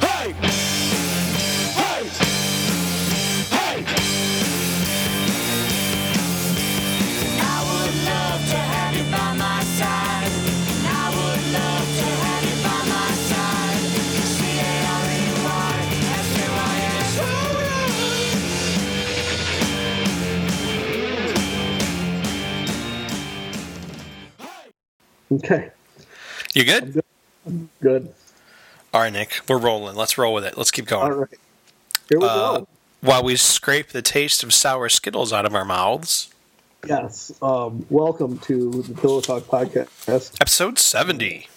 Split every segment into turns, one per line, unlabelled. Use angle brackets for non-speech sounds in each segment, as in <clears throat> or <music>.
Hey! Hey! Hey! I would love to have you by my side. And I would love to have you by my side. C-A-R-E-Y, S-U-I-S.
Okay,
You good?
good.
All right, Nick, we're rolling. Let's roll with it. Let's keep going.
All right. Here we
Uh,
go.
While we scrape the taste of sour Skittles out of our mouths,
Yes. Um, welcome to the Pillow Talk podcast,
episode 70.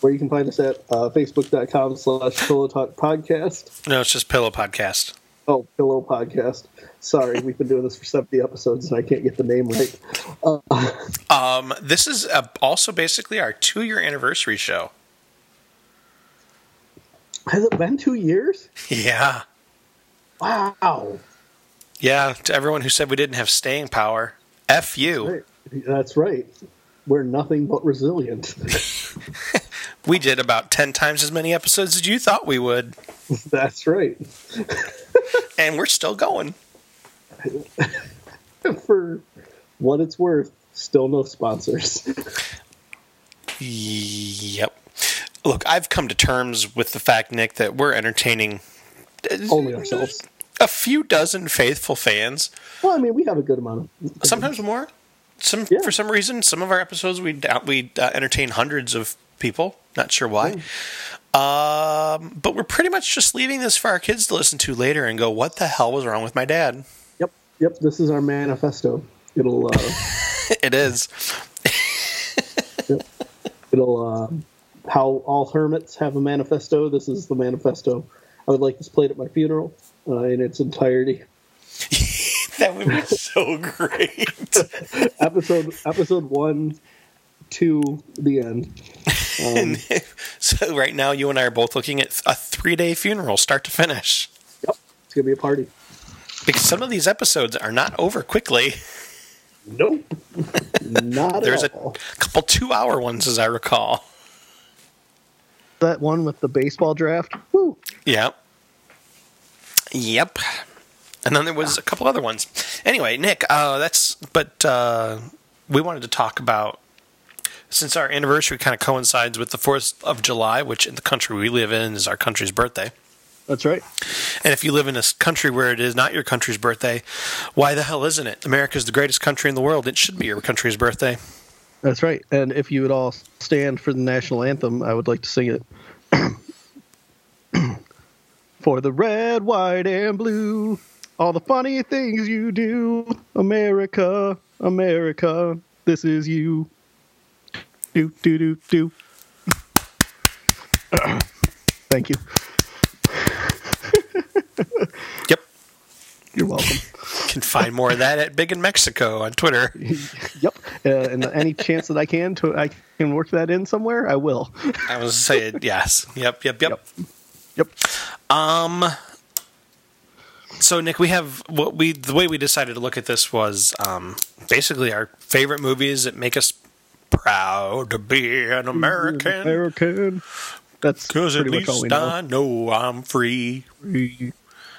where you can find us at uh, facebook.com slash Pillow Talk podcast.
No, it's just Pillow Podcast.
Oh, Pillow Podcast. Sorry, we've been doing this for 70 episodes and I can't get the name right.
Um, this is uh also basically our two year anniversary show.
Has it been two years?
Yeah.
Wow.
Yeah. To everyone who said we didn't have staying power, F you.
Right. That's right. We're nothing but resilient. <laughs>
We did about 10 times as many episodes as you thought we would,
That's right.
and we're still going.
For what it's worth, still no sponsors. <laughs>
Yep. Look, I've come to terms with the fact, Nick, that we're entertaining uh,
Only ourselves.
a few dozen faithful fans,
Well, I mean, we have a good amount of
sometimes more. Some
Yeah.
for some reason, some of our episodes we doubt we uh, entertain hundreds of people. Not sure why. Mm. Um, but we're pretty much just leaving this for our kids to listen to later and go, "What the hell was wrong with my dad?" <laughs>
Yep, yep. This is our manifesto. It'll uh,
it is.
it'll uh, how all hermits have a manifesto. This is the manifesto. I would like this played at my funeral uh, in its entirety.
<laughs> That would be so great.
Episode episode one to the end.
<laughs> so right now, you and I are both looking at a three-day funeral, start to finish,
Yep, it's gonna be a party.
because some of these episodes are not over quickly. <laughs>
Nope, <laughs> not
There's a
at all.
couple two-hour ones, as I recall.
that one with the baseball draft. Woo.
Yep. Yep. And then there was a couple other ones. Anyway, Nick, uh, that's but uh, we wanted to talk about since our anniversary kind of coincides with the Fourth of July, which in the country we live in is our country's birthday.
That's right.
And if you live in a s- country where it is not your country's birthday, why the hell isn't it? America is the greatest country in the world. It should be your country's birthday.
That's right. And if you would all stand for the national anthem, I would like to sing it. <clears throat> for the red, white, and blue, all the funny things you do, America, America, this is you. Do, do, do, do. <clears throat> Thank you.
Yep.
You're welcome.
Can find more of that at Big in Mexico on
<laughs>
Twitter.
yep. Uh, and any chance that I can to I can work that in somewhere, I will.
I was saying yes. Yep, yep, yep.
Yep.
So Nick, we have what we the way we decided to look at this was um, basically our favorite movies that make us proud to be an American.
American. That's
Because at
Mm-hmm. pretty much all we
least
know.
I know I'm free.
Some-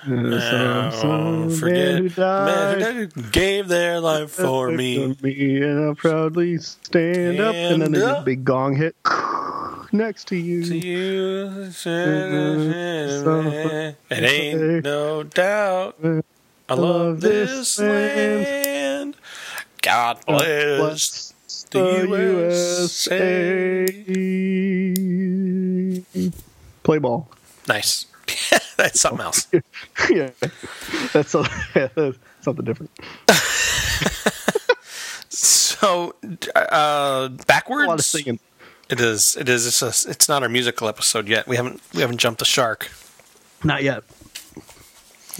I'll
some
forget
man who died
men who gave their life
<laughs>
for me.
and I proudly stand up, and then
Stand
there's a
up.
big gong hit next to you.
To you, it ain't no doubt. I love this land. God bless
Bless
the
the
USA.
USA. Play ball. <laughs>
Nice. <laughs> That's something else.
yeah, that's, so- <laughs> that's something different.
So, uh,
A lot of
backwards.
singing.
It is. It is. It's, a, it's not our musical episode yet. We haven't. We haven't jumped the shark.
Not yet.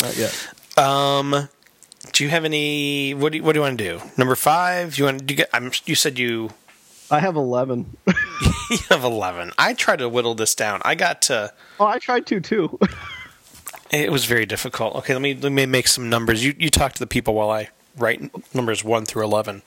Not yet.
Um, do you have any? What do you, What do <laughs> you want to do? Number five. You want? Do you get? I'm. You said you.
I have eleven.
of 11. I tried to whittle this down. I got to
Oh, I tried to too. <laughs>
it was very difficult. Okay, let me let me make some numbers. You you talk to the people while I write numbers 1 through 11.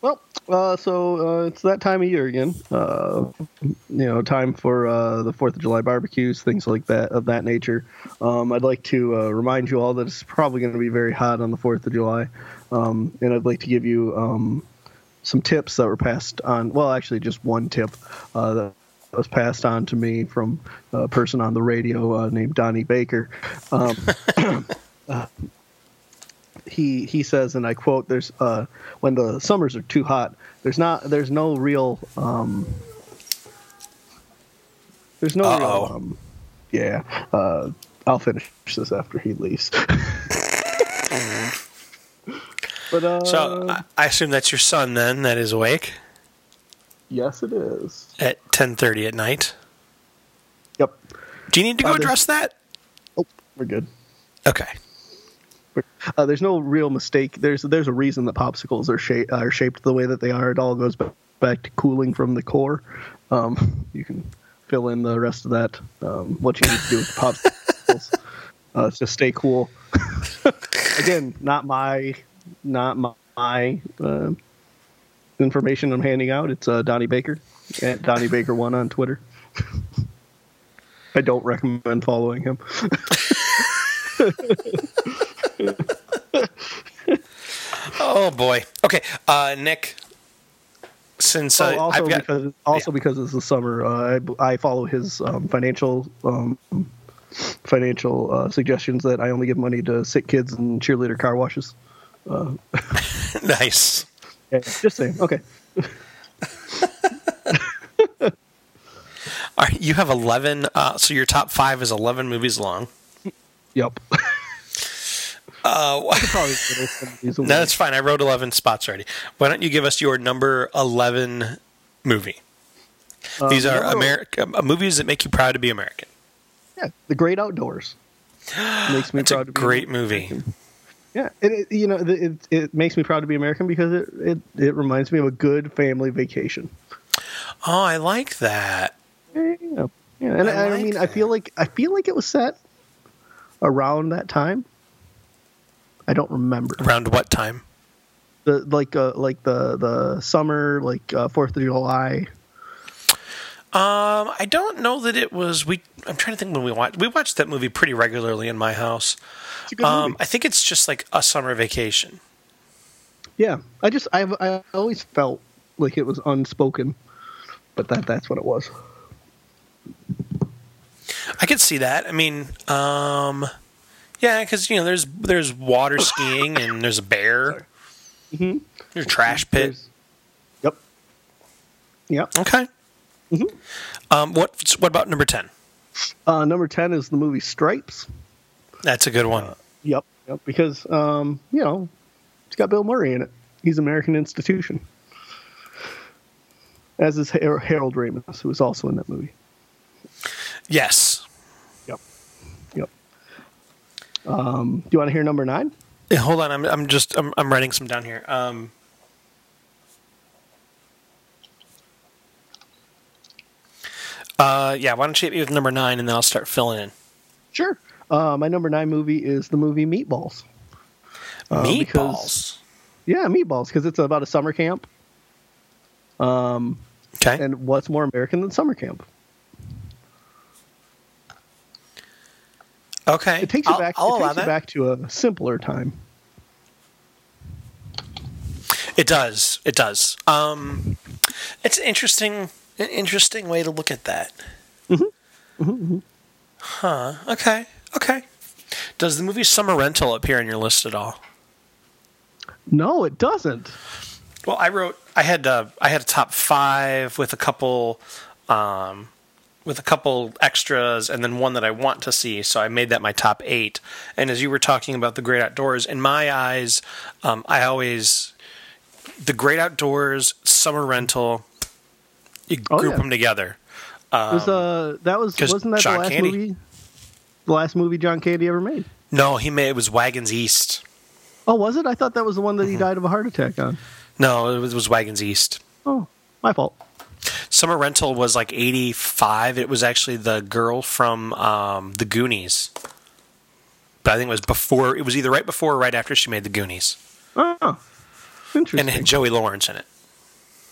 Well, uh, so uh, it's that time of year again. Uh, you know, time for uh, the Fourth of July barbecues, things like that of that nature. Um, I'd like to uh, remind you all that it's probably going to be very hot on the Fourth of July, um, and I'd like to give you um, some tips that were passed on. Well, actually, just one tip uh, that was passed on to me from a person on the radio uh, named Donnie Baker. Um, <coughs> uh, he he says, and I quote: "There's uh, when the summers are too hot, there's not there's no real um, there's no
Uh-oh.
real, um, yeah. Uh, I'll finish this after he leaves." but uh,
So I I assume that's your son then that is awake
yes, it is.
at 10:30 at night.
Yep,
Do you need to go
Uh, the-
address that?
we're good.
Okay.
Uh, there's no real mistake. There's there's a reason that popsicles are shaped are shaped the way that they are. It all goes back, back to cooling from the core. Um, you can fill in the rest of that. Um, what you need to do with the popsicles uh, is just stay cool. <laughs> Again, not my not my, my uh, information I'm handing out. It's uh, Donnie Baker at Donnie Baker one on Twitter. <laughs> I don't recommend following him.
Oh boy. Okay, uh, Nick. Since uh,
oh, also
I've got
because also
yeah.
because it's the summer, uh, I, I follow his um, financial um, financial uh, suggestions that I only give money to sick kids and cheerleader car washes.
<laughs> nice.
Yeah, just saying. Okay,
All right, you have eleven. Uh, so your top five is eleven movies long.
yep.
<laughs> Uh, wh-
Probably for this one, these
no,
awards.
that's fine. I wrote eleven spots already. Why don't you give us your number eleven movie? These are
Uh, number-
America uh, movies that make you proud to be American.
yeah, the great outdoors makes me
It's
proud.
a
to be
great movie.
Yeah, it, it you know it, it it makes me proud to be American because it it it reminds me of a good family vacation.
Oh, I like that.
Yeah, yeah, yeah. and
I
I, I
like
mean, I feel
that.
like I feel like it was set around that time. I don't remember
Around what time?
the like uh, like the the summer like uh, Fourth of July.
Um, I don't know that it was. We I'm trying to think when we watched. We watched that movie pretty regularly in my house.
It's a good
Um,
movie.
I think it's just like a summer vacation.
Yeah, I just I've I always felt like it was unspoken, but that that's what it was.
I could see that. I mean, um, yeah, because you know, there's there's water skiing and there's a bear. There's a trash pit.
Mm-hmm. There's- Yep. Yep.
Okay. Um, what what about number ten?
Uh, number ten is the movie Stripes.
That's a good one.
Yep. Yep. Because um, you know, it's got Bill Murray in it. He's American institution. As is Har- Harold Ramis, who was also in that movie.
yes.
Yep. Yep. Um, do you want to hear number nine?
Eh, hold on, I'm I'm just I'm, I'm writing some down here. Um, uh, yeah, why don't you hit me with number nine and then I'll start filling in.
Sure. Uh, my number nine movie is the movie Meatballs. Uh, because-
Meatballs.
yeah, Meatballs, because it's about a summer camp.
Okay.
And what's more American than summer camp?
okay.
It takes you
I'll-
back.
I'll
it
allow
takes you
that.
back to a simpler time.
It does. It does. Um, it's an interesting, an interesting way to look at that. Huh. Okay. Okay. Does the movie Summer Rental appear in your list at all?
No, it doesn't.
Well, I wrote. I had. Uh, I had a top five with a couple, um, with a couple extras, and then one that I want to see. So I made that my top eight. And as you were talking about the great outdoors, in my eyes, um, I always the great outdoors, summer rental. You
Oh,
group
yeah.
them together.
It was, uh, that was
'cause
wasn't that
Um, John
the last
Candy.
movie? The last movie John Candy ever made.
No, he made it was Wagons East.
Oh, was it? I
Mm-hmm.
thought that was the one that he died of a heart attack on.
No, it was, it was Wagons East.
Oh, my fault.
Summer Rental was like 85. It was actually the girl from um, the Goonies. But I think it was before, it was either right before or right after she made the Goonies.
Oh,
And
interesting.
it had Joey Lawrence in it.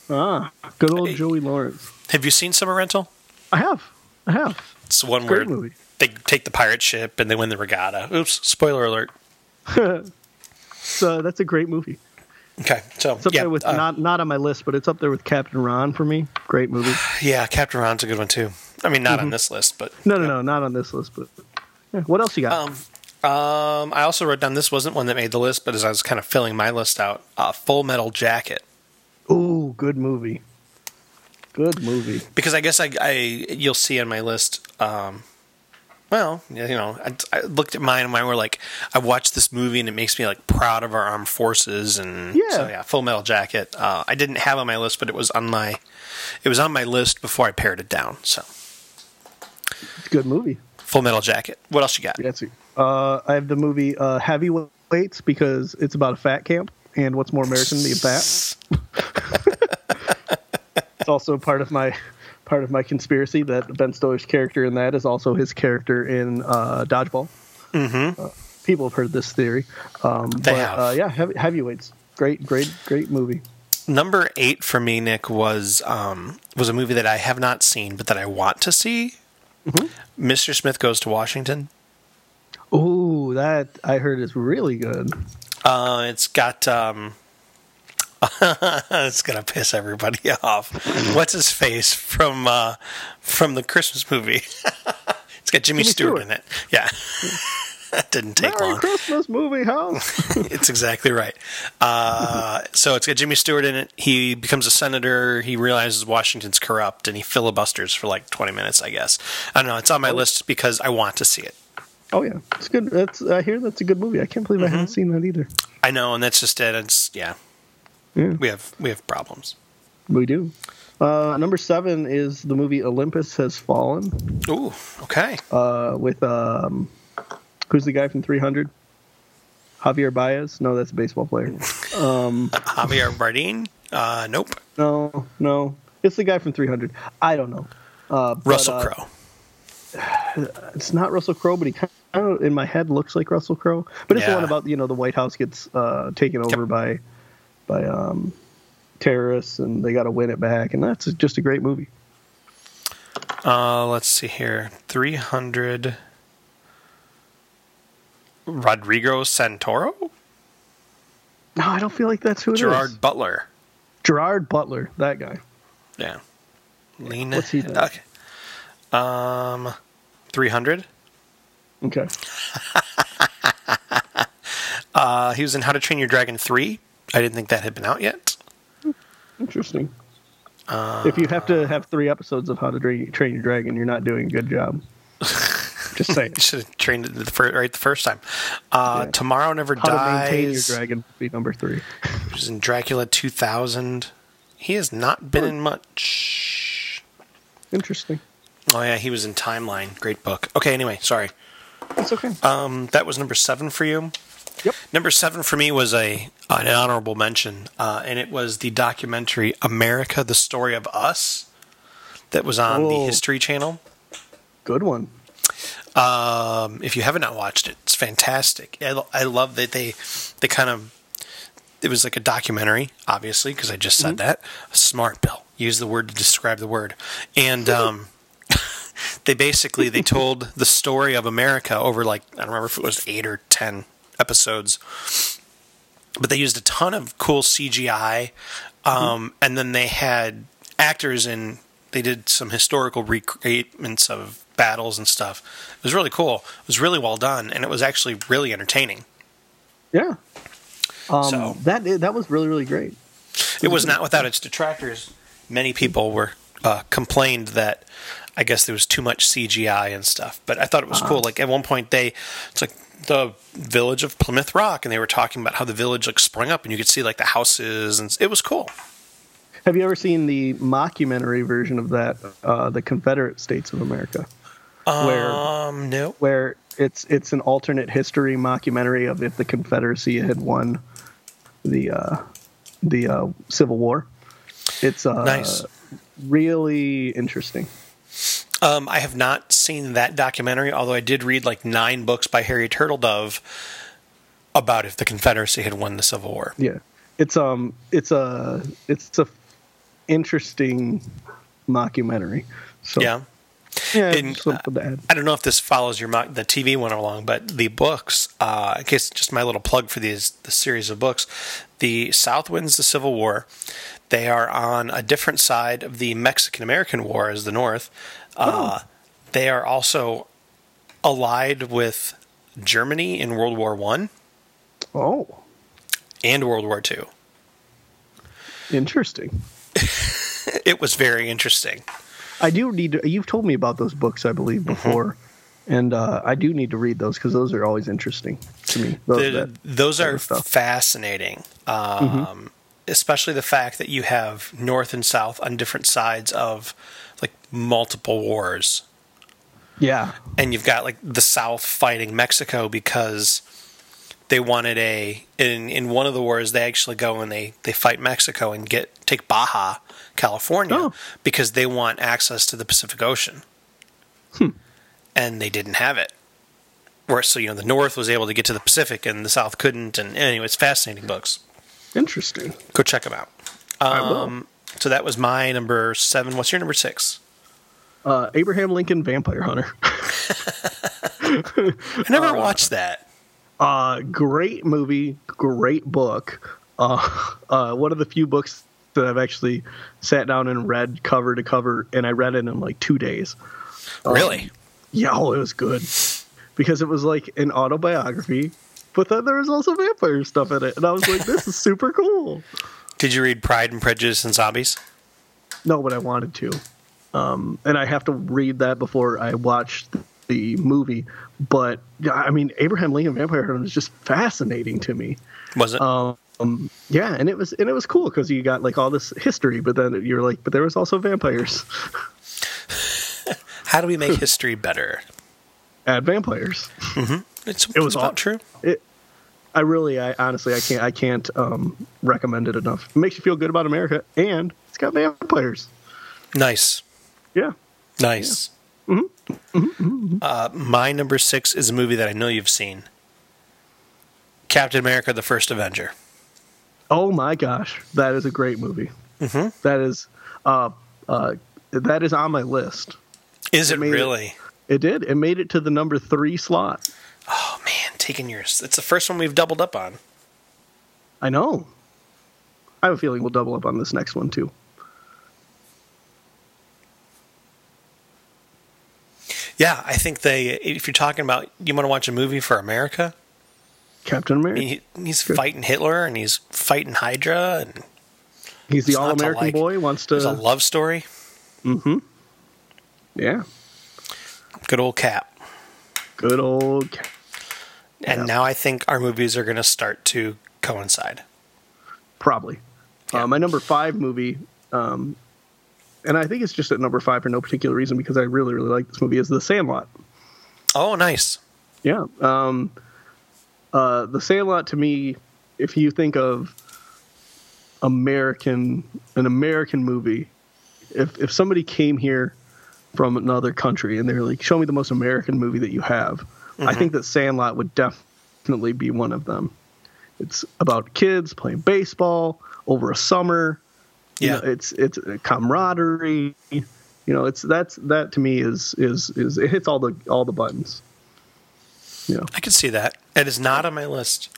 ah, good old
Hey.
Joey Lawrence.
Have you seen Summer Rental?
I have. I have.
It's the one
Great
where
movie.
they take the pirate ship and they win the regatta. Oops, spoiler alert.
<laughs> So that's a great movie.
Okay, so
It's up
yeah,
there with
uh,
not not on my list, but it's up there with Captain Ron for me. Great movie.
<sighs> yeah, Captain Ron's a good one too. I mean,
Mm-hmm.
not on this list, but
No, no, no, not on this list. But yeah. what else you got?
Um, um, I also wrote down this wasn't one that made the list, but as I was kind of filling my list out, uh, Full Metal Jacket. Um,
Ooh, good movie. Good movie.
Because I guess I, I you'll see on my list. Um, well, you know, I, I looked at mine and mine were like, I watched this movie and it makes me like proud of our armed forces and so
Yeah.
yeah, Full Metal Jacket. Uh, I didn't have on my list, but it was on my, it was on my list before I pared it down. So
It's a good movie.
Full Metal Jacket. What else you got?
That's it. Uh, I have the movie uh, Heavyweights because it's about a fat camp, and what's more American than fat?
<laughs>
it's also part of my part of my conspiracy that Ben Stiller's character in that is also his character in uh, Dodgeball. Mm-hmm. people have heard this theory. Um,
They
but,
have.
Uh, yeah, heavy, Heavyweights. Great, great, great movie.
Number eight for me, Nick, was um, was a movie that I have not seen, but that I want to see. Mr. Smith Goes to Washington.
Ooh, that I heard is really good.
Uh, it's got um, <laughs> it's gonna piss everybody <laughs> off. What's his face from uh, from the Christmas movie? <laughs> it's got Jimmy,
Jimmy
Stewart,
Stewart.
in it. Yeah, <laughs> that didn't take
Merry
long.
Christmas
<laughs>
movie house.
it's exactly right. Uh, so it's got Jimmy Stewart in it. He becomes a senator. He realizes Washington's corrupt, and he filibusters for like twenty minutes. I guess I don't know. It's on my list because I want to see it.
oh yeah, it's good. That's I hear that's a good movie. I can't believe
Mm-hmm.
I haven't seen that either.
I know, and that's just it. It's yeah.
Yeah.
We have we have problems.
We do. Uh, number seven is the movie Olympus Has Fallen
Ooh, okay.
uh, with um, who's the guy from 300? Javier Baez? No, that's a baseball
<laughs>
player.
Javier Bardem. Uh, nope.
No, no, it's the guy from 300. I don't know.
Russell
uh,
Crowe.
It's not Russell Crowe, but he kind of in my head looks like Russell Crowe. But it's
Yeah.
the one about you know the White House gets uh, taken over by by um, terrorists and they got to win it back, and that's just a great movie.
Uh, let's see here. Three hundred. Rodrigo Santoro.
No, I don't feel like that's who it is.
Gerard Butler.
Gerard Butler, that guy.
Yeah. Lean.
What's he doing?
Okay. Um, 300.
Okay.
Uh, he was in How to Train Your Dragon 3. I didn't think that had been out yet.
Interesting.
Uh,
if you have to have three episodes of How to Dra- Train Your Dragon, you're not doing a good
<laughs>
job. Just saying.
You should have trained it the fir- right the first time. Uh,
Yeah.
Tomorrow Never
How
Dies.
to Maintain Your Dragon would be number three.
He was in Dracula 2000. He has not been in much.
Interesting.
Oh, yeah, he was in Timeline. Great book. Okay, anyway, sorry.
That's okay.
Um, that was number seven for you.
Yep.
Number seven for me was a an honorable mention, uh, and it was the documentary "America: The Story of Us" that was on the
Oh.
History Channel.
Good one.
Um, if you haven't not watched it, it's fantastic. I, lo- I love that they they kind of it was like a documentary, obviously, because I just said that. Smart Bill, use the word to describe the word, and. Um, <laughs> they basically they told the story of America over like I don't remember if it was eight or ten episodes, but they used a ton of cool CGI, um, and then they had actors in. They did some historical recreations of battles and stuff. It was really cool. It was really well done, and it was actually really entertaining.
Yeah. Um,
So-
that i- that was really really great.
It was not without its detractors. Many people were uh, complained that I guess there was too much CGI and stuff. But I thought it was cool. Like at one point, they it's like the village of Plymouth Rock, and they were talking about how the village like sprung up, and you could see like the houses, and s- it was cool.
Have you ever seen the mockumentary version of that? Uh, the Confederate States of America, where
Um, no,
where it's it's an alternate history mockumentary of if the Confederacy had won the uh, the uh, Civil War. It's uh,
Nice.
really interesting.
Um, I have not seen that documentary, although I did read like nine books by Harry Turtledove about if the Confederacy had won the Civil War.
Yeah, it's um, it's a it's a interesting mockumentary. So
Yeah.
yeah,
And,
just something to add.
I don't know if this follows your mo- the TV one along, but the books. Uh, I guess just my little plug for these the series of books. The South wins the Civil War. They are on a different side of the Mexican American War as the North. Uh, They are also allied with Germany in World War One
Oh,
and World War Two.
interesting.
It was very interesting.
I do need to. You've told me about those books, I believe,
Mm-hmm.
before, and uh, I do need to read those because those are always interesting to me. Those,
Th-
that-
those are
of stuff. Mm-hmm.
fascinating. Um, Especially the fact that you have North and South on different sides of like multiple wars.
yeah,
And you've got like the South fighting Mexico because they wanted a in in one of the wars they actually go and they they fight Mexico and get take Baja California
Oh.
because they want access to the Pacific Ocean.
Hmm.
And they didn't have it. Where so you know the North was able to get to the Pacific and the South couldn't and anyway it's fascinating books.
interesting.
Go check them out.
I will.
Um, so that was my number 7. What's your number 6?
Uh, Abraham Lincoln Vampire Hunter. <laughs>
I never watched that.
Uh, great movie, great book. Uh, <laughs> uh, one of the few books that I've actually sat down and read cover to cover, and I read it in like two days. Uh, um,
Really?
Yeah, oh, it was good because it was like an autobiography, but then there was also vampire stuff in it, and I was like, this is super cool.
Did you read Pride and Prejudice and Zombies?
No, but I wanted to. Um, and I have to read that before I watch the movie. But yeah, I mean, Abraham Lincoln Vampire Hunter was just fascinating to me.
Was it?
Um, Yeah, and it was and it was cool because you got like all this history, but then you're like, but there was also vampires. <laughs>
How do we make history better?
Add vampires.
It's,
It was
it's about
aw-
true.
It. I really, I honestly, I can't, I can't um, recommend it enough. It makes you feel good about America, and it's got vampires.
Nice,
Yeah.
nice.
Mm-hmm.
Uh, my number six is a movie that I know you've seen, Captain America: The First Avenger.
Oh my gosh, that is a great movie.
Mhm.
That is, uh, uh, that is on my list.
Is it
made it-
really?
It did. It made it to the number three slot.
Oh man, taking yours. It's the first one we've doubled up on.
I know. I have a feeling we'll double up on this next one too.
Yeah, I think they. If you're talking about you want to watch a movie for America,
Captain America.
he, he's fighting Hitler and he's fighting Hydra and
He's the
it's not to
all-American
like.
boy. Wants
there's a
to. Mm-hmm.
love story.
yeah.
Good old Cap.
Good old. Cap-
And now I think our movies are going to start to coincide.
Probably.
Yeah.
Uh, my number five movie, um, and I think it's just at number five for no particular reason because I really, really like this movie, is The Sandlot.
Oh, nice.
Yeah. Um, uh, the Sandlot to me, if you think of American, an American movie, if, if somebody came here from another country and they're like, show me the most American movie that you have, I think that Sandlot would definitely be one of them. It's about kids playing baseball over a summer. You
Yeah.
know, it's it's a camaraderie. You know, it's that's that to me is is is it hits all the all the buttons. You know.
I can see that. It is not on my list.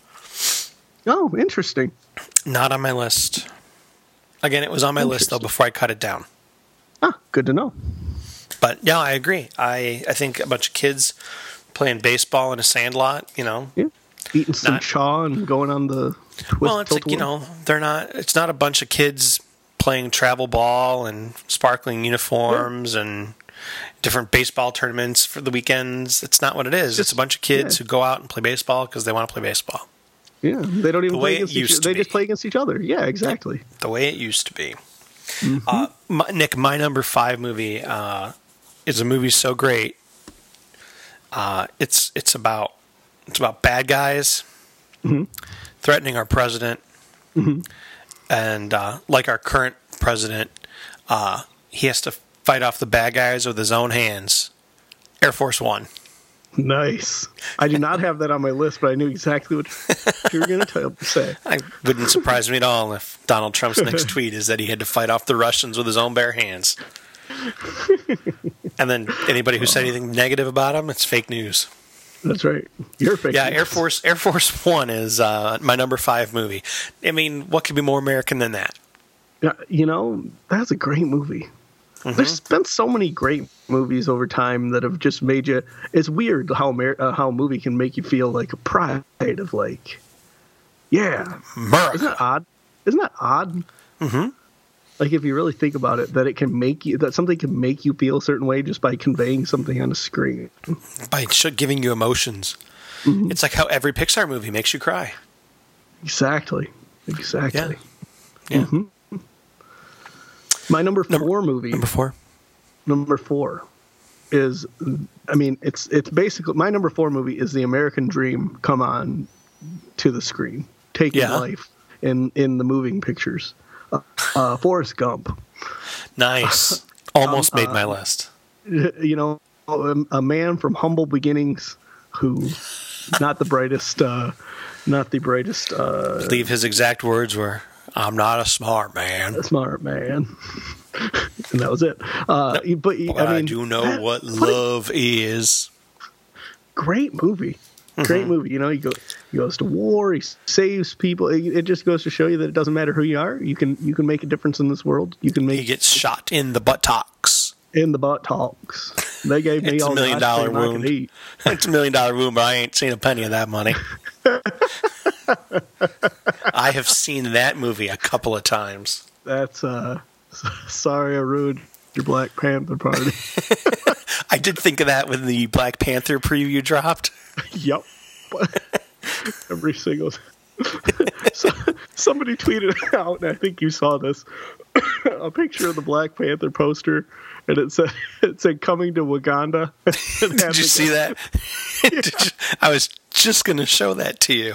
Oh, interesting.
Not on my list. Again, it was on my list though before
Interesting.
I cut it down.
Ah, good to know.
But yeah, I agree. I I think a bunch of kids playing baseball in a sandlot. You know,
Yeah. Eating some
Not-
chaw and going on the twist.
well, it's like you
tilt-a-whirl.
know they're not. It's not a bunch of kids playing travel ball and sparkling uniforms and different baseball tournaments for the weekends. It's not what it is. it's a bunch of kids
yeah.
who go out and play baseball because they want to play baseball
Yeah, they don't even
the way it
play against
used
each
to
They just
be.
play against each other. Yeah, exactly.
the way it used to be. Uh, my, Nick, my number five movie uh, is a movie so great. Uh, it's it's about it's about bad guys threatening our president, and uh, like our current president, uh, he has to fight off the bad guys with his own hands. Air Force One.
Nice. I do not have that on my list, but I knew exactly what you were going to tell say.
I wouldn't surprise me at all if Donald Trump's next tweet is that he had to fight off the Russians with his own bare hands. And then anybody who said anything negative about him, it's fake news.
That's right. You're
<laughs>
fake.
Yeah,
news.
Air Force Air Force One is uh, my number five movie. I mean, what could be more American than that?
Yeah, you know that's a great movie.
Mm-hmm.
There's been so many great movies over time that have just made you. It's weird how Amer- uh, how a movie can make you feel like a pride of like, yeah, isn't
America.
that odd? Isn't that odd? Mm-hmm. Like if you really think about it, that it can make you that something can make you feel a certain way just by conveying something on a screen.
by sh- giving you emotions. It's like how every Pixar movie makes you cry.
Exactly. Exactly.
Yeah.
My number four
Number-
movie.
Number four.
number four is i mean it's it's basically my number four movie is the american dream come on to the screen taking
Yeah.
life in in the moving pictures uh, uh forrest gump
Nice. Almost made my list.
you know a, a man from humble beginnings who not the brightest uh not the brightest uh
I believe his exact words were, "I'm not a smart man,
smart man <laughs> and that was it uh but
but
i
I,
mean
do know
that-
what
a
love is."
great movie. Great
Mm-hmm.
movie. You know, he, go, he goes to war. He saves people. It, it just goes to show you that it doesn't matter who you are. You can you can make a difference in this world. You can
He
make
gets shot in the buttocks. <laughs>
in the butt talks. They gave me
It's a
all the
million
ice
dollar
cream I could
wound.
eat.
It's a million dollar wound, but I ain't seen a penny of that
<laughs>
money. I have seen that movie a couple of times.
That's uh, <laughs> sorry I ruined your Black Panther party.
I did think of that when the Black Panther preview dropped.
yep. <laughs> Every single. <laughs> so, somebody tweeted out, and I think you saw this, <coughs> a picture of the Black Panther poster, and it said <laughs> it said coming to Wakanda. <laughs>
Did you see that? <laughs> Did you- I was just going to show that to you.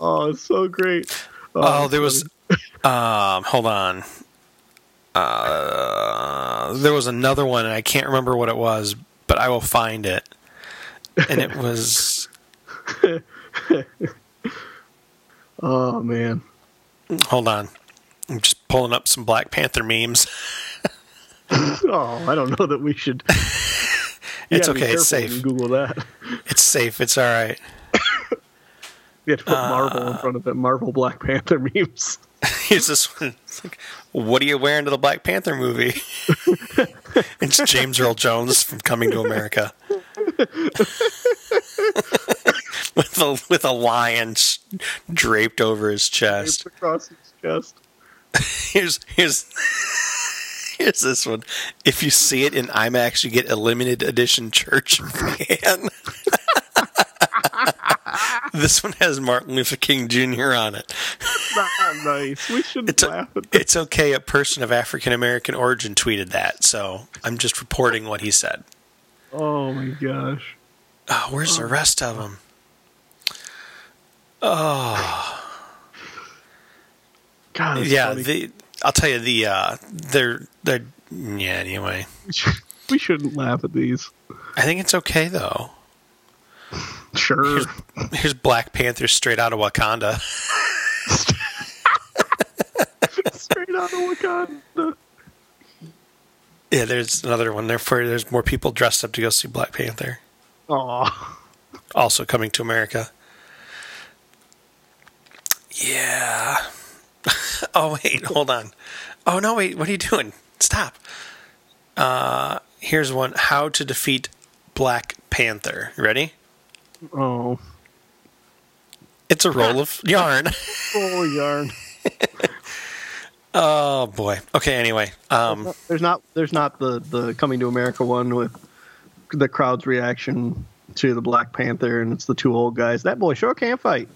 Oh, it's so great.
Oh, there was. Um, hold on. Uh, there was another one, and I can't remember what it was, but I will find it. And
<laughs>
it was.
Oh man.
hold on. I'm just pulling up some Black Panther memes.
Oh, I don't know that we should. You
<laughs> It's
gotta be
okay. It's
careful when
safe.
you Google that. <laughs>
It's safe. It's all right.
You have to put Marvel
Uh,
in front of it. Marvel Black Panther <laughs> memes.
<laughs> Here's this one. It's like, what are you wearing to the Black Panther movie? <laughs> it's James Earl Jones from Coming to <laughs> America. with a with a lion s- draped over his chest.
It's across his chest.
Here's here's here's this one. If you see it in IMAX, you get a limited edition church fan. <laughs> this one has Martin Luther King Jr. on it.
Ah, nice. We shouldn't
It's,
laugh at
it's okay. A person of African American origin tweeted that, so I'm just reporting what he said.
Oh my gosh.
Oh, where's the rest of them?
God. that's
yeah,
funny.
the, I'll tell you the uh, they're they're yeah. Anyway,
<laughs> we shouldn't laugh at these.
I think it's okay though.
<laughs> Sure.
Here's Black Panther straight out of Wakanda. <laughs>
Straight out of Wakanda.
Yeah, there's another one there for there's more people dressed up to go see Black Panther.
Aw.
Also coming to America. Yeah. <laughs> oh wait, hold on. Oh no, wait, what are you doing? Stop. Uh here's one how to defeat Black Panther. You Ready?
Oh.
It's a roll of yarn. <laughs>
Oh yarn.
Oh boy. Okay, anyway. Um
There's not. There's not the the coming to America one with the crowd's reaction to the Black Panther, and it's the two old guys. That boy sure can't fight.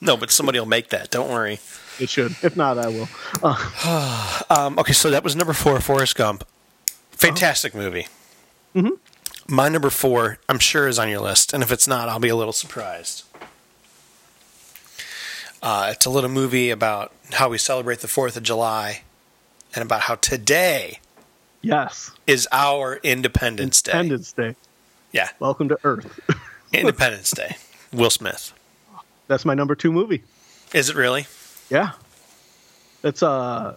<laughs> no, but somebody'll make that. Don't worry.
It should. If not, I will.
Um, okay, so that was number four, Forrest Gump. Fantastic movie. My number four, I'm sure, is on your list, and if it's not, I'll be a little surprised. Uh, it's a little movie about how we celebrate the 4th of July and about how today
Yes.
is our Independence Day.
Independence Day.
Yeah,
Welcome to Earth. <laughs>
Independence Day. Will Smith.
That's my number two movie.
Is it really?
Yeah. It's a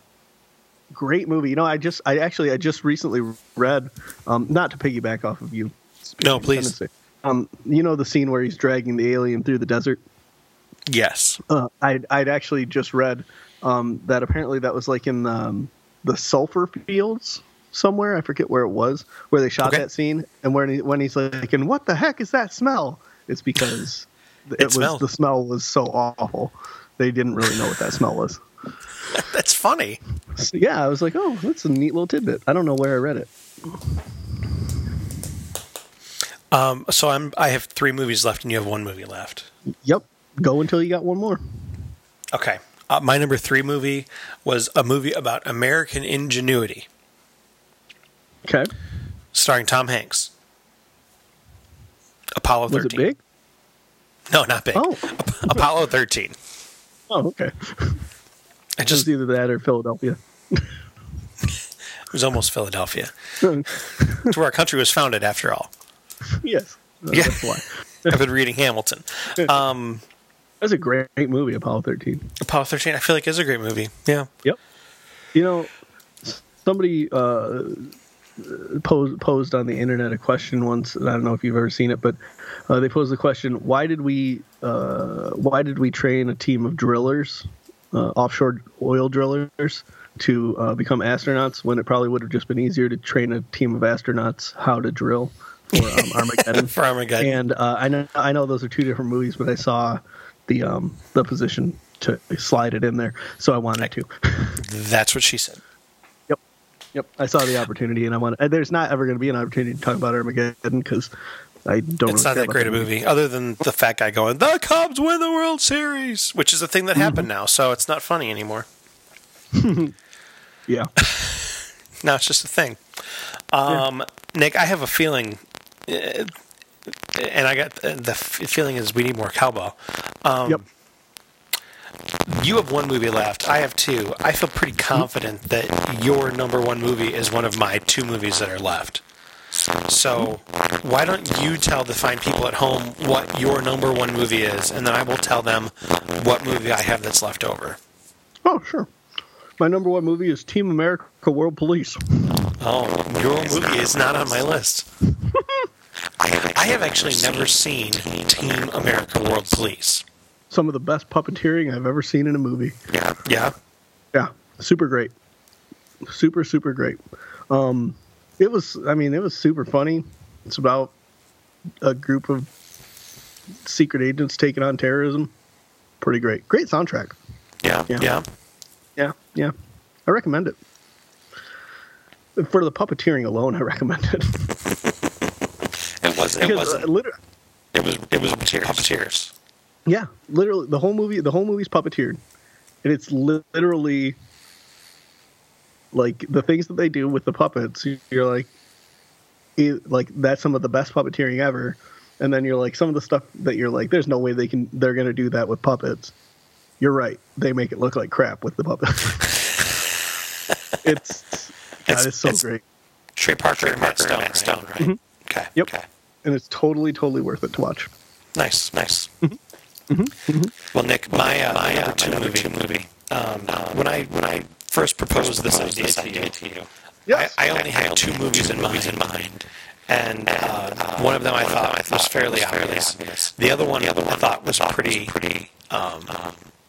great movie. You know, I just, I actually, I just recently read, um, not to piggyback off of you.
No, please.
Um, you know, the scene where he's dragging the alien through the desert?
Yes.
Uh, I'd, I'd actually just read um, that apparently that was like in um, the sulfur fields somewhere. I forget where it was where they shot
Okay.
that scene. And when he, when he's like, "And what the heck is that smell?"
<laughs>
It's because it, was
smelled.
the smell was so awful. They didn't really know what that smell was.
That's funny.
So, yeah, I was like, "Oh, that's a neat little tidbit." I don't know where I read it.
Um, so I'm I have three movies left and you have one movie left.
Yep, go until you got one more.
Okay. Uh, my number three movie was a movie about American ingenuity,
Okay,
starring Tom Hanks. Apollo
was
13.
it big?
No, not big.
Oh.
<laughs> Apollo
<laughs>
13.
Oh,
I
okay. It was
just it
either that or Philadelphia. <laughs>
was almost Philadelphia. It's where our country was founded, after
<laughs>
all.
yes, that's
Yeah.
why.
I've been reading Hamilton. Um,
That's a great movie, Apollo 13.
Apollo 13, I feel like is a great movie. Yeah.
Yep. You know, somebody uh, posed posed on the internet a question once. And I don't know if you've ever seen it, but uh, they posed the question: Why did we uh, Why did we train a team of drillers, uh, offshore oil drillers, to uh, become astronauts when it probably would have just been easier to train a team of astronauts how to drill for um, Armageddon?
For Armageddon.
and uh, I know I know those are two different movies, but I saw the um, the position to slide it in there, so I wanted to.
That's what she said.
Yep. Yep. I saw the opportunity, and I want. and There's not ever going to be an opportunity to talk about Armageddon because I don't.
It's not
really care
that
about
great a
movie.
movie, other than the fat guy going, The Cubs win the World Series, which is a thing
Mm-hmm.
that happened now, so it's not funny anymore.
Yeah.
Now it's just a thing. Um, Nick, I have a feeling, eh, and I got uh, the f- feeling is we need more cowbell. Um,
yep.
You have one movie left. I have two. I feel pretty confident that your number one movie is one of my two movies that are left. So, why don't you tell the fine people at home what your number one movie is, and then I will tell them what movie I have that's left over.
Oh sure. My number one movie is Team America: World Police.
Oh, your movie is not on my list. <laughs> I, I have actually never seen Team America World Police.
Some of the best puppeteering I've ever seen in a movie.
Yeah?
Yeah, super great, super super great. Um, it was, I mean, it was super funny. It's about a group of secret agents taking on terrorism. Pretty great, great soundtrack.
Yeah.
Yeah.
Yeah.
Yeah, yeah, I recommend it. For the puppeteering alone, I recommend it.
It wasn't. It
Because, uh,
wasn't.
liter-
It was. It was puppeteers.
yeah, literally, the whole movie, the whole movie's puppeteered, and it's li- literally like the things that they do with the puppets. You're like, it, like that's some of the best puppeteering ever. And then you're like, some of the stuff that you're like, there's no way they can, they're gonna do that with puppets. You're right. They make it look like crap with the puppets. <laughs> it's, God,
It's-
it's so
it's-
great.
Trey Parker and Matt Stone. Matt Stone, right? Okay.
Mm-hmm. Yep.
Okay.
and it's totally totally worth it to watch.
Nice. Nice. Well, Nick, my uh, Mm-hmm. my number two movie, movie. Um, when I when I first proposed this idea, to you,
Yes.
I, I only had two movies in mind, in mind. and uh, one of them I thought was fairly obvious. The other one I thought was pretty. um,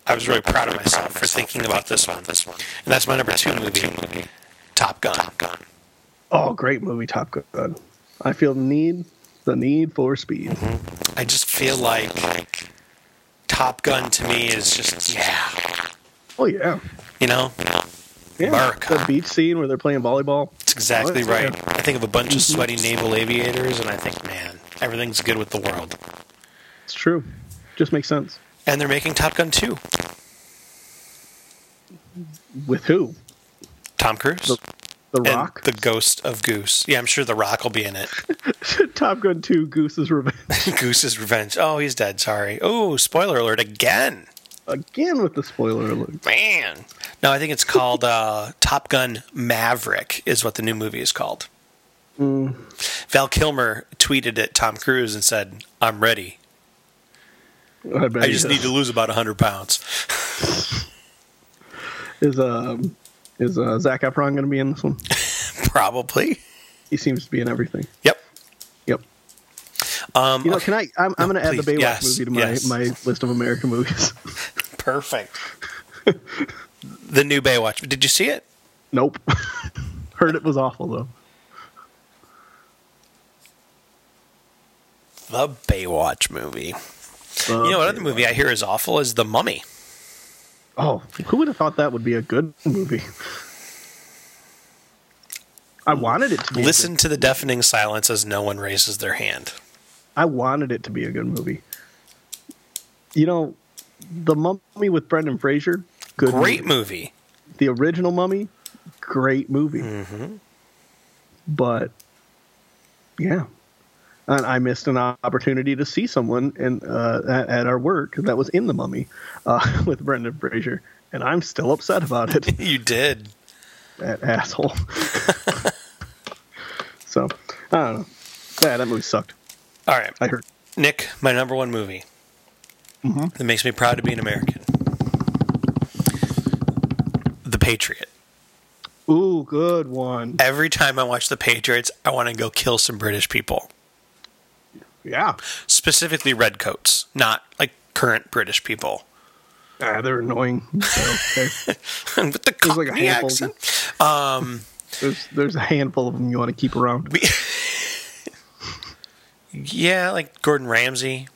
I was really proud of myself for thinking about this one. This one, and that's my number two movie, Top Gun. Top Gun.
Oh, great movie, Top Gun. I feel the need the need for speed.
Mm-hmm. I just feel like Top Gun to me is just yeah,
Oh yeah,
you know,
yeah.
America.
The beach scene where they're playing volleyball.
it's exactly
Oh,
right.
yeah.
I think of a bunch of sweaty naval aviators, and I think, man, everything's good with the world.
It's true. Just makes sense.
And they're making Top Gun two.
With who?
Tom Cruise
The
and
Rock.
the Ghost of Goose. Yeah, I'm sure the Rock will be in it. <laughs>
<laughs> Top Gun Two: Goose's Revenge.
Goose's Revenge. Oh, he's dead. Sorry. Oh, spoiler alert again.
again with the spoiler alert.
Man. No, I think it's called uh, Top Gun Maverick, is what the new movie is called.
Hmm.
Val Kilmer tweeted at Tom Cruise and said, I'm ready.
I, bet
I just need to lose about 100 pounds. <laughs>
Is um is uh, Zach Efron going to be in this one?
Probably.
He seems to be in everything.
Yep.
Yep.
Um,
You know,
okay,
can I? I'm, I'm going to add the
please.
Baywatch
Yes,
movie to my,
yes.
my list of American movies.
Perfect. the new Baywatch. Did you see it?
nope. <laughs> Heard it was awful though.
The Baywatch movie.
Uh,
you know, another movie I hear is awful is The Mummy.
Oh, who would have thought that would be a good movie? I wanted it to be. a
Listen to the deafening silence as no one raises their hand.
good- I wanted it to be a good movie. You know, the Mummy with Brendan Fraser. Good.
Great movie.
movie. The original Mummy. Great movie. But yeah, and I missed an opportunity to see someone in uh, at, at our work that was in the Mummy uh, <laughs> with Brendan Fraser, and I'm still upset about it.
<laughs> You did.
that asshole. <laughs> so I don't know. Yeah, that movie sucked.
All right.
I Mm-hmm. heard.
Nick, my number one movie that makes me proud to be an American The Patriot.
Ooh, good one.
Every time I watch The Patriots, I want to go kill some British people,
Yeah,
specifically redcoats, not like current British people.
ah, they're annoying. So, okay.
<laughs> With the
There's like a
Cockney
handful.
accent.
There's there's a handful of them you want to keep around.
Yeah, like Gordon Ramsay,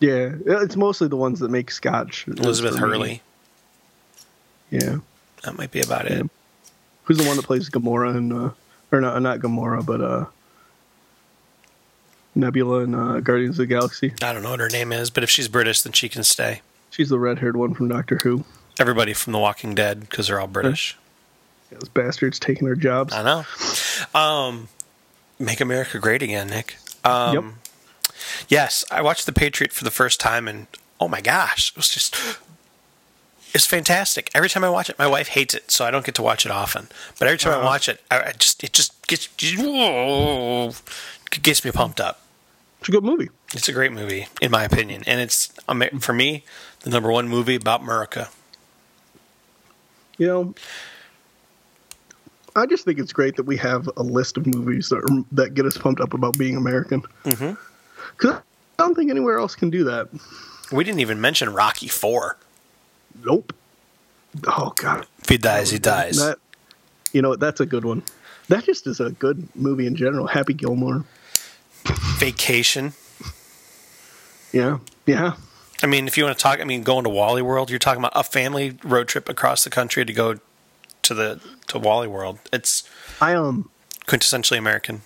Yeah, it's mostly the ones that make Scotch.
Elizabeth
For me.
Hurley.
Yeah,
That might be about
Yeah.
it.
who's the one that plays Gamora and uh, or not not Gamora, but uh, Nebula and uh, Guardians of the Galaxy.
I don't know what her name is, but if she's British, then she can stay.
She's the red haired one from Doctor Who.
Everybody from The Walking Dead, because they're all British.
Those bastards taking our jobs.
I know. Um, make America great again, Nick. Um,
Yep.
Yes, I watched The Patriot for the first time, and oh my gosh, it was just. <gasps> It's fantastic. Every time I watch it, my wife hates it, so I don't get to watch it often. But every time I
Uh-huh.
watch it, I, I just it just gets <laughs> it gets me pumped up.
It's a good movie.
It's a great movie, in my opinion, and it's Amer- for me the number one movie about America.
you know i just think it's great that we have a list of movies that, are, that get us pumped up about being american mm-hmm. i don't think anywhere else can do that
We didn't even mention Rocky Four.
nope oh god
If he dies, he dies.
that you know what, that's a good one that just is a good movie in general happy gilmore
Vacation.
yeah yeah
I mean, if you want to talk, I mean, going to Wally World, you're talking about a family road trip across the country to go to the to Wally World. It's
i um
quintessentially American.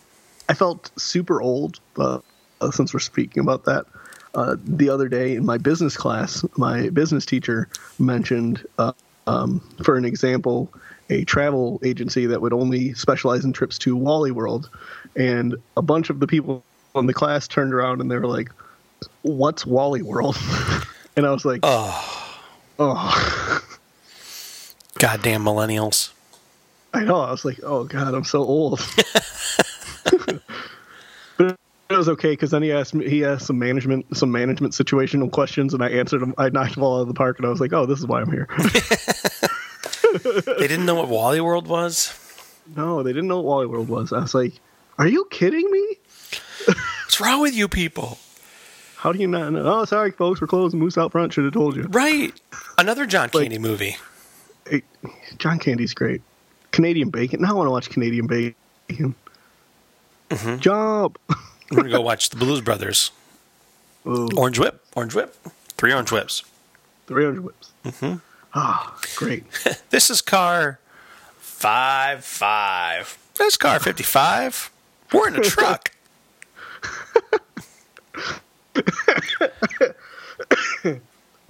I felt super old uh, uh, since we're speaking about that. Uh, the other day in my business class, my business teacher mentioned, uh, um, for an example, a travel agency that would only specialize in trips to Wally World. And a bunch of the people in the class turned around and they were like, What's Wally World? <laughs> and I was like, "Oh." <laughs>
Goddamn millennials.
I know. I was like, oh god, I'm so old. but it was okay because then he asked me. He asked some management, some management situational questions, and I answered them. I knocked them all out of the park, and I was like, oh, this is why I'm here. <laughs>
They didn't know what Wally World was.
no, they didn't know what Wally World was. I was like, are you kidding me?
What's wrong with you people?
How do you not know? Oh, sorry, folks, we're closed. Moose out front. Should have told you.
Right. Another John
Like-
Candy movie.
Hey, John Candy's great. Canadian Bacon. Now I want to watch Canadian Bacon. Jump. <laughs>
I'm gonna go watch the Blues Brothers.
Oh,
Orange Whip. Orange Whip. Three Orange Whips.
300 whips. Ah, great.
This is car five five. This car fifty five. We're in a truck.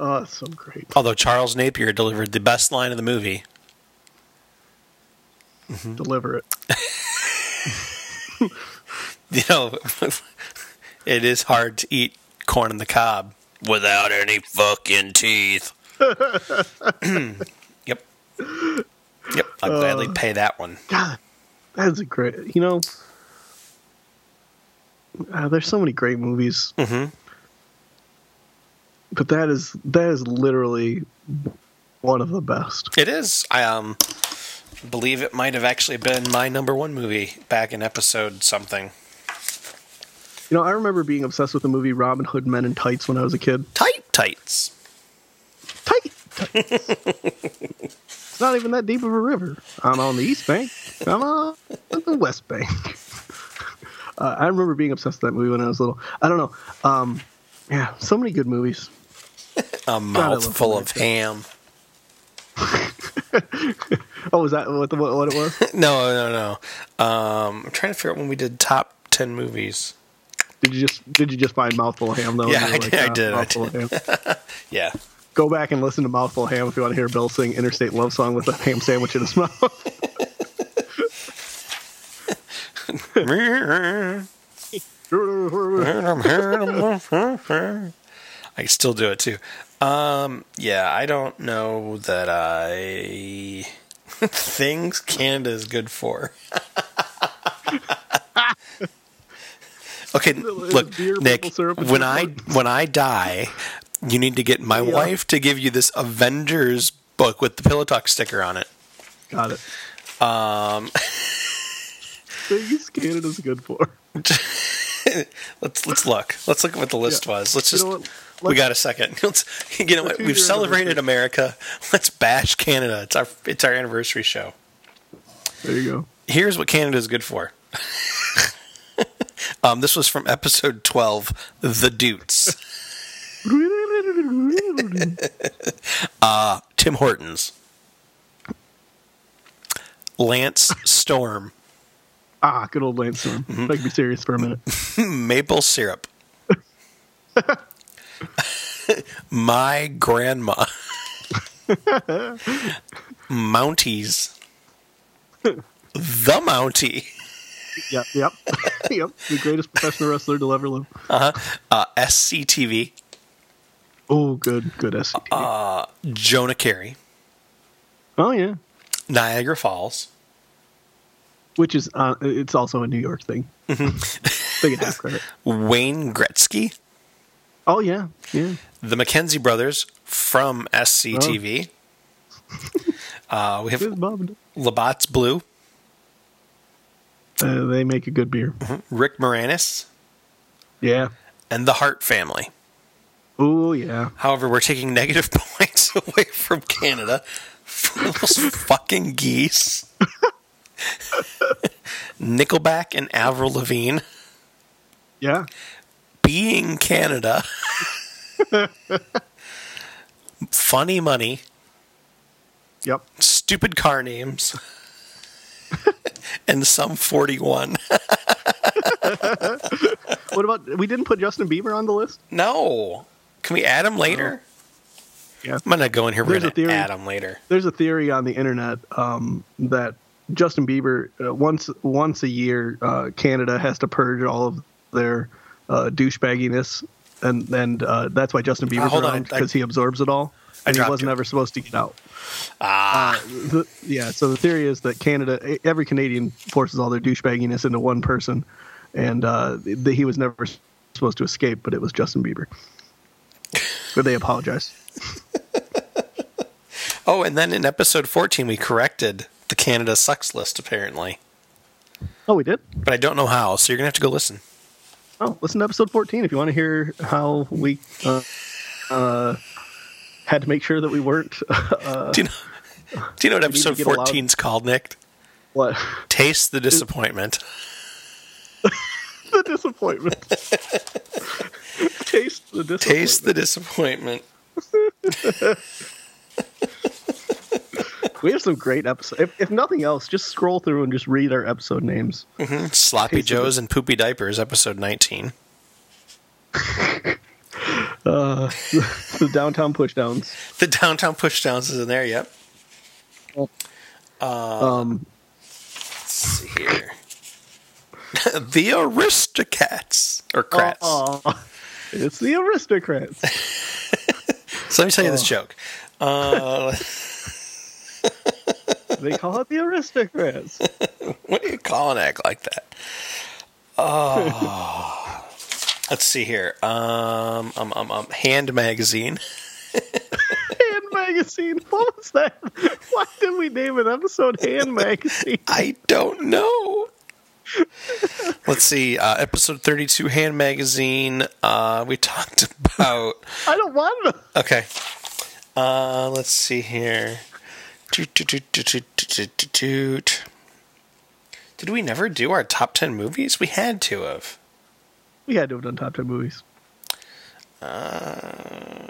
Oh, so great.
<laughs> Although Charles Napier delivered the best line of the movie. <laughs>
Deliver it.
you know, it is hard to eat corn on the cob without any fucking teeth. <laughs> yep. Yep. I'd gladly pay that one.
God, that's a great. You know, uh, there's so many great movies,
Mm-hmm.
but that is that is literally one of the best.
It is. I um believe it might have actually been my number one movie back in episode something.
You know, I remember being obsessed with the movie Robin Hood Men in Tights when I was a kid.
Tight tights.
Tight. tights. it's <laughs> not even that deep of a river. I'm on the East Bank. I'm on the West Bank. <laughs> Uh, I remember being obsessed with that movie when I was little. I don't know. Um, yeah, so many good movies.
A
I love
mouthful
them
of ham. <laughs>
Oh, is that what, the, what, what it was?
No, no, no. Um, I'm trying to figure out when we did top ten movies.
Did you just did you just find mouthful of ham though?
Yeah,
And you
I
were
did- I
"Ah,
did, I
Mouthful of ham.
Yeah.
Go back and listen to mouthful of ham if you want to hear Bill sing "Interstate Love Song" with a ham sandwich in his <laughs> mouth.
I can still do it too. Um, yeah, I don't know that I <laughs> things Canada is good for. <laughs> okay, look,
beer, maple
Nick.
syrup, and
When I when I die, you need to get my wife to give you this Avengers book with the Pillow Talk sticker on it.
Got it. <laughs> Um, things Canada's good for.
Let's let's look. Let's look at what the list
Yeah.
was. Let's
You
just
know what?
we
Let's-
got a second. <laughs> Let's, you know what?
do
We've
your
celebrated America. <laughs> Let's bash Canada. It's our it's our anniversary show.
There you go.
Here's what Canada is good for. <laughs> um, this was from episode twelve, the Dutes. <laughs> Tim Hortons, Lance Storm,
<laughs> ah, good old Landstorm.
Mm-hmm.
If I can be serious for
<laughs>
a minute.
maple syrup. <laughs> My grandma. <laughs> Mounties. the Mountie.
Yep, yep, <laughs> yep. The greatest professional wrestler to ever live.
Uh, SCTV.
Oh, good, good SCP.
Uh, Jonah Carey.
oh yeah,
Niagara Falls.
which is uh, it's also a New York thing.
Mm-hmm.
they get half credit.
Wayne Gretzky.
Oh yeah, yeah.
The McKenzie Brothers from SCTV. Uh, we have
Good Bob.
Labatt's Blue.
Uh, they make a good beer.
Rick Moranis.
Yeah.
And the Hart family.
Oh yeah.
However, we're taking negative <laughs> points away from Canada for those fucking geese. <laughs> Nickelback and Avril Lavigne
Yeah.
being Canada. <laughs> Funny money,
Yep.
stupid car names, <laughs> and some 41.
What about we didn't put Justin Bieber on the list?
<laughs> No. Can we add them later?
Yeah.
I'm going to go in here. We're
There's a
going to
theory.
add them later.
There's a theory on the internet um, that Justin Bieber uh, once once a year uh, Canada has to purge all of their uh, douchebagginess, and and uh, that's why Justin Bieber's
hold on,
around
I-
because he absorbs it all, and he
dropped
wasn't
it.
ever supposed to get out. Ah. yeah. So the theory is that Canada, e, every Canadian forces all their douchebagginess into one person, and uh, th- he was never supposed to escape, but it was Justin Bieber. But they apologize.
Oh, and then in episode 14, we corrected the Canada sucks list, apparently.
Oh, we did.
but I don't know how. So you're gonna have to go listen.
Oh, listen to episode 14 if you want to hear how we uh, uh, had to make sure that we weren't <laughs>
do you know? Do you know what
Uh, need to
episode
get a loud-
14 is called, Nick?
what
Taste the
<laughs>
disappointment.
the disappointment. Taste the disappointment.
Taste the disappointment.
we have some great episodes. If, if nothing else, just scroll through and just read our episode names.
Hmm, Sloppy
Taste the
Joes and Poopy Diapers, episode 19.
the downtown pushdowns.
The Downtown Pushdowns is in there. Yep.
Um,
Let's see here. <laughs> the
Uh-uh.
Aristocats or Crats.
aw, it's the aristocrats.
So let me tell
Uh-uh.
you this joke. Uh,
They call it the aristocrats.
what do you call an act like that?
<laughs>
Oh, let's see here. Um, um, um, um, Hand magazine.
Hand magazine. What was that? Why did we name an episode Hand magazine?
I don't know. Let's see. Uh, episode thirty-two, Hand magazine. Uh, we talked <laughs> about.
I don't want to.
Okay. Uh, let's see here. Toot, toot, toot, toot, toot, toot, toot, toot. Did we never do our top ten movies? We had to have.
We had to have done top ten movies.
I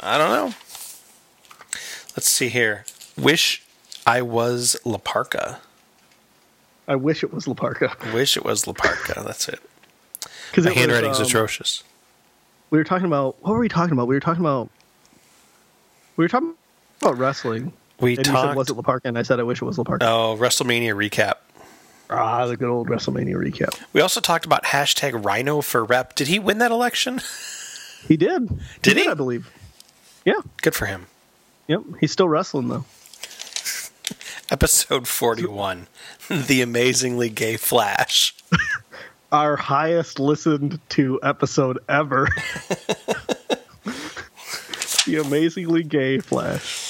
don't know. Let's see here. Wish I was Laparca.
I wish it was Laparca
Wish it was Laparca. That's it.
because
The
um,
handwriting's atrocious.
We were talking about what were we talking about? We were talking about we were talking about wrestling.
We
and you
talked.
said was it Laparca, and I said I wish it was Laparca.
oh, WrestleMania recap. Oh.
Ah, the good old WrestleMania recap.
We also talked about hashtag Rhino for Rep. Did he win that election? <laughs>
He did.
Did he?
I believe. Yeah.
Good for him.
Yep. He's still wrestling though.
Episode forty-one, the amazingly gay Flash.
Our highest listened to episode ever. the amazingly gay Flash.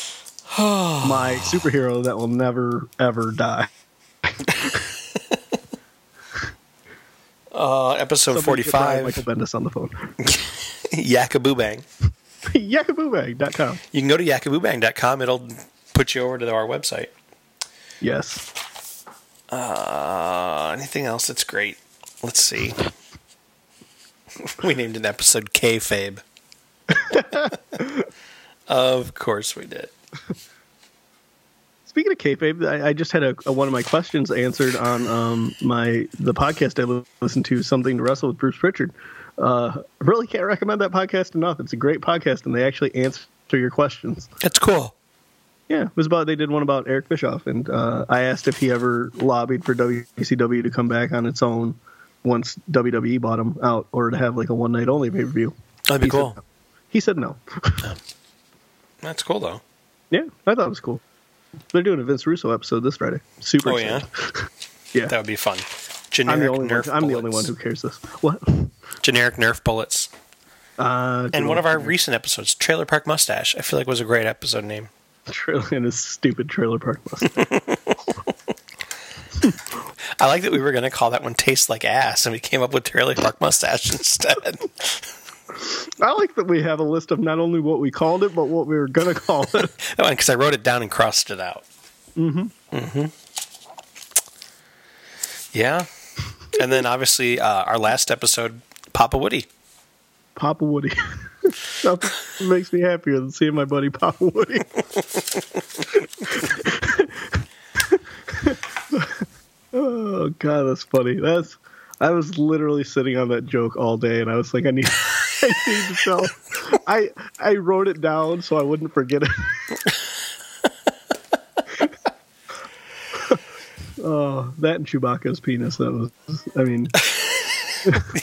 My superhero that will never ever die.
Uh, episode
Somebody get Brian
forty-five,
Michael Bendis on the phone.
<laughs>
<laughs>
Yakaboo Bang.
yakaboobag.com.
You can go to yakaboobang.com. It'll put you over to our website.
Yes.
Uh, anything else that's great? Let's see. <laughs> we named an episode K-Fabe. <laughs> of course we did.
Speaking of kayfabe, I, I just had a, a, one of my questions answered on um, my the podcast I li- listened to, Something to Wrestle with Bruce Pritchard. Uh, I really can't recommend that podcast enough. It's a great podcast, and they actually answer your questions.
That's cool.
Yeah, it was about they did one about Eric Bischoff, and uh, I asked if he ever lobbied for WCW to come back on its own once WWE bought him out, or to have like a one night only pay per view.
That'd be
He said
cool.
no. He said no.
That's cool though.
Yeah, I thought it was cool. They're doing a Vince Russo episode this Friday. Super.
Oh yeah,
excited. <laughs> yeah.
that would be fun.
I'm
Generic
the only one.
Nerf.
I'm the only one
bullets.
who cares this. What?
generic Nerf bullets.
Uh, <laughs>
And one of our recent episodes, Trailer Park Mustache, I feel like was a great episode name.
trailer and his stupid trailer park
<laughs>
bus.
I like that we were going to call that one "Taste Like Ass," and we came up with Trailer Park Mustache <laughs> instead.
I like that we have a list of not only what we called it, but what we were gonna call it.
because I wrote it down and crossed it out. Mm-hmm. Mm-hmm. Yeah. And then obviously uh, our last episode, Papa Woody. <laughs>
Papa Woody. <laughs> Nothing makes me happier than seeing my buddy Papa Woody. <laughs> oh god, that's funny. That's I was literally sitting on that joke all day, and I was like, I need, <laughs> I need to tell. I I wrote it down so I wouldn't forget it. <laughs> oh, that and Chewbacca's penis. That was, I mean.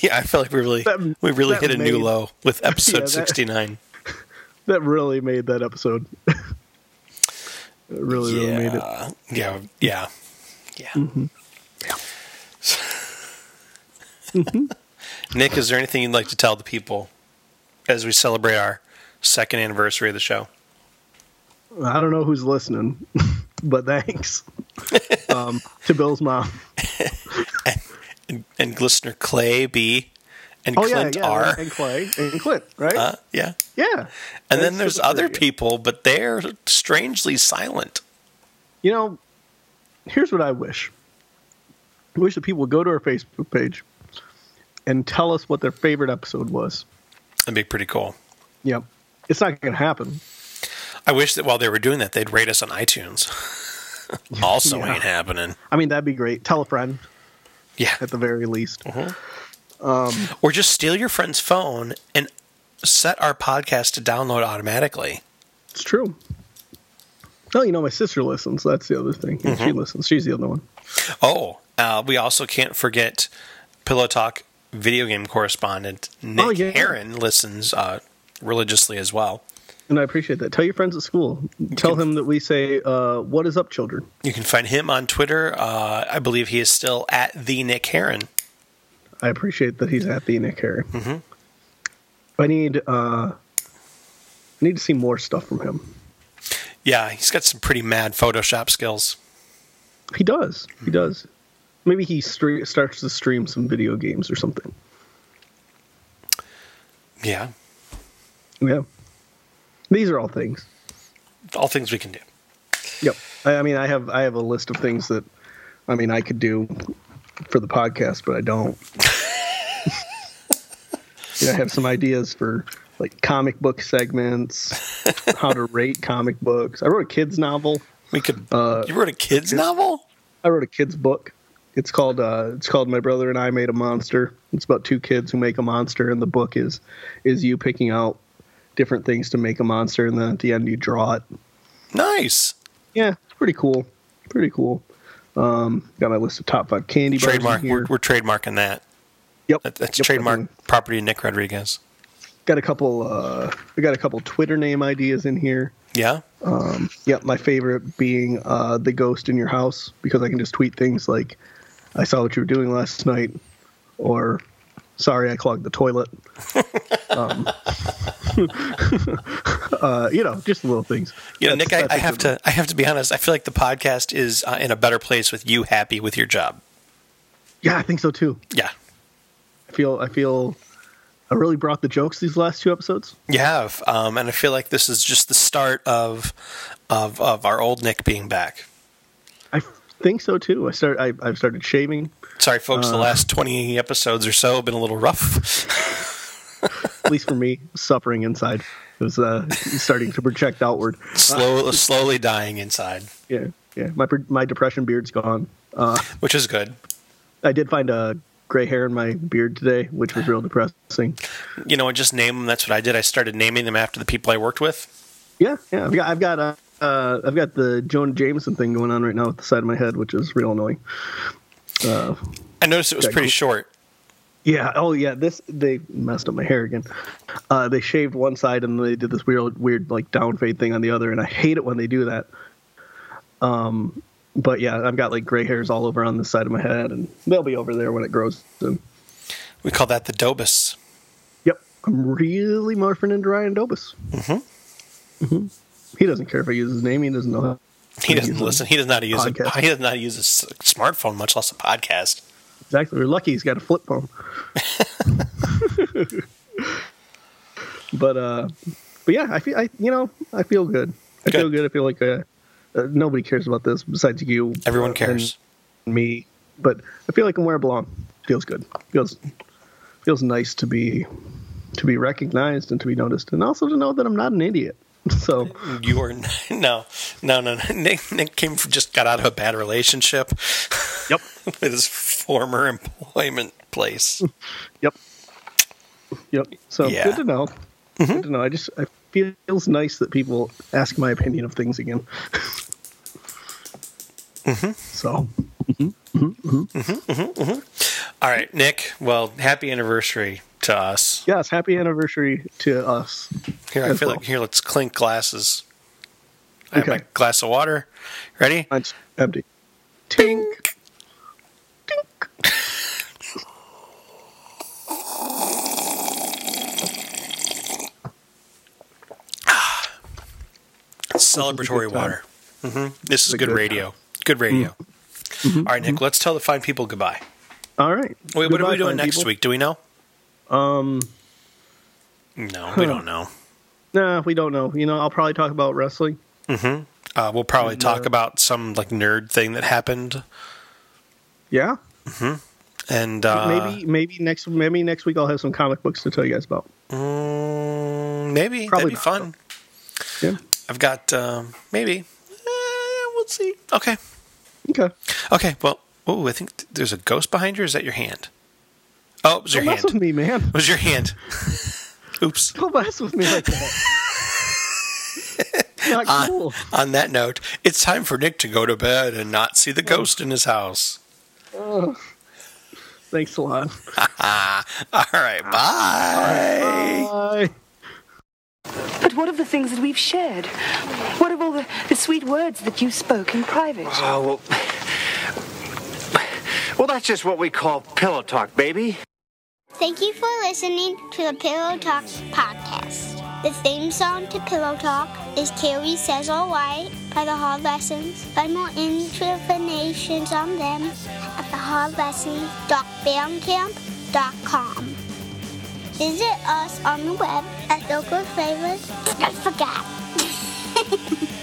yeah, I feel like we really
That-
we really
that
hit a new
made-
low with episode
<laughs> Yeah, that-
sixty nine.
that really made that episode. <laughs> it really, really made it.
Yeah. Yeah. Yeah. Mm-hmm. Yeah. <laughs> Nick, is there anything you'd like to tell the people as we celebrate our second anniversary of the show?
I don't know who's listening, <laughs> but
<laughs>
thanks um, to Bill's mom.
And listener Clay B and
Oh
Clint
yeah, yeah,
R.
and Clay and Clint, right?
Uh, yeah.
yeah.
And
Thanks
then
to
there's
the
other
three of you.
people, but they're strangely silent.
You know, here's what I wish. I wish that people would go to our Facebook page and tell us what their favorite episode was.
That'd be pretty cool.
Yep. It's not going to happen.
I wish that while they were doing that, they'd rate us on iTunes. <laughs> also ain't happening.
I mean, that'd be great. Tell a friend
Yeah.
at the very least.
<laughs> Or just steal your friend's phone and set our podcast to download automatically.
It's true. Oh, you know, my sister listens. That's the other thing. She listens. She's the other one.
Oh, uh, we also can't forget Pillow Talk video game correspondent Nick
Oh, yeah.
Heron listens uh, religiously as well.
And I appreciate that. Tell your friends at school. Tell him that we say, uh, "What is up, children?"
You can find him on Twitter. Uh, I believe he is still at the Nick Heron.
I appreciate that he's at the Nick Harry. I need, uh, I need to see more stuff from him.
Yeah, he's got some pretty mad Photoshop skills.
He does. He does. Maybe he stre- starts to stream some video games or something.
Yeah,
Yeah. These are all things.
all things we can do.
Yep. I, I mean, I have I have a list of things that, I mean, I could do for the podcast, but I don't. <laughs> yeah, I have some ideas for like comic book segments, how to rate comic books. I wrote a kids novel.
We could.
Uh,
you wrote a kids novel.
I wrote a kids book. It's called uh, it's called My Brother and I Made a Monster. It's about two kids who make a monster, and the book is is you picking out different things to make a monster, and then at the end you draw it.
Nice.
Yeah, it's pretty cool. Pretty cool. Um, got my list of top five candy bars in
Trademark.
here.
We're, we're trademarking that.
yep,
that that's
Yep,
trademark
definitely.
property of Nick Rodriguez.
Got a couple. Uh, we got a couple Twitter name ideas in here.
Yeah.
Yep, my favorite being uh, the ghost in your house because I can just tweet things like, "I saw what you were doing last night," or "Sorry, I clogged
<laughs>
the toilet." um, <laughs> uh, you know, just little things.
You know,
That's-
Nick, I,
that's
I
a
have
good one.
to. I have to be honest. I feel like the podcast is uh, in a better place with you happy with your job.
Yeah, I think so too.
Yeah.
I feel. I feel. I really brought the jokes these last two episodes.
You have, um, and I feel like this is just the start of of of our old Nick being back.
I think so too. I start. I, I've started shaving.
Sorry, folks.
Uh.
the last twenty episodes or so have been a little
<laughs>
rough.
At least for me, suffering inside. It was uh, starting to project outward.
Slow, slowly dying inside,
Yeah, yeah. My pre- my depression beard's gone. Uh,
which is good.
I did find a gray hair in my beard today, which was real depressing.
You know, what, just name them. That's what I did. I started naming them after the people I worked with.
Yeah, yeah. I've got I've got uh, uh, I've got the Jonah Jameson thing going on right now at the side of my head, which is real annoying.
I noticed it was
Yeah,
pretty
go-
short.
Yeah. Oh, yeah. This they messed up my hair again. Uh, they shaved one side and they did this weird, weird like down fade thing on the other, and I hate it when they do that. Um, but yeah, I've got like gray hairs all over on the side of my head, and they'll be over there when it grows. in.
We call that the Dobus.
Yep, I'm really morphing into Ryan Dobus. Mm-hmm. Mm-hmm. He doesn't care if I use his name. He doesn't know that.
He
He's
doesn't
a-
listen. He does not use a,
Podcast.
<laughs> he does not use a s- smartphone, much less a podcast.
Exactly. We're lucky he's got a
<laughs>
flip phone. but uh, but yeah, I feel I you know I feel good. I feel
Good.
good. I feel like uh, uh, nobody cares about this besides you.
Everyone
uh,
cares.
and me, but I feel like I'm where I belong. Feels good. Feels feels nice to be to be recognized and to be noticed, and also to know that I'm not an idiot. <laughs> So
You are <laughs> no, no, no. no. Nick, Nick came from, just got out of a bad relationship <laughs>
yep,
with his former employment place.
yep, yep. So
Yeah.
good to know. Good to know. I just I feels nice that people ask my opinion of things again. So
All right, Nick. Well, happy anniversary to us.
yes, happy anniversary to us.
Here, I
As
feel
well.
like here. Let's clink glasses. I have
Okay.
my glass of water. Ready?
Mine's empty. Tink. Tink.
Celebratory
good time.
water. hmm This is
a
good,
good Mm-hmm.
radio. Good radio. All right, Nick. Let's tell the fine people goodbye.
All right.
Wait, what are
Goodbye,
we doing
fine
next
people.
week? Do we know? Um. No, we don't know.
Nah, we don't know. You know, I'll probably talk about wrestling.
Uh, we'll probably talk about some like nerd thing that happened,
Yeah,
and uh,
maybe maybe next maybe next week I'll have some comic books to tell you guys about.
mm, maybe
Probably
that'd be
not,
fun.
Yeah.
I've got um, maybe. Eh, we'll see. Okay.
Okay.
Okay. Well. Oh, I think th- there's a ghost behind you. Or is that your hand? Oh, it was your
Don't mess with
hand.
me, man.
It was your hand. <laughs> Oops.
Don't mess with me like that. It's Not cool.
On that note, it's time for Nick to go to bed and not see the ghost in his house.
Thanks a lot.
All right, bye.
Bye.
But what of the things that we've shared? What of all the, the sweet words that you spoke in private?
Oh, well. Well, that's just what we call pillow talk, baby.
Thank you for listening to the Pillow Talk podcast. The theme song to Pillow Talk is Carrie Says All Right by The Hard Lessons. Find more informations on them at thehardlessons.bandcamp.com. Visit us on the web at localflavors. I forgot. <laughs>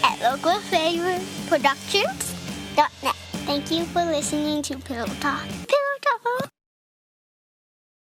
at localfavorsproductions.net. Thank you for listening to Pillow Talk.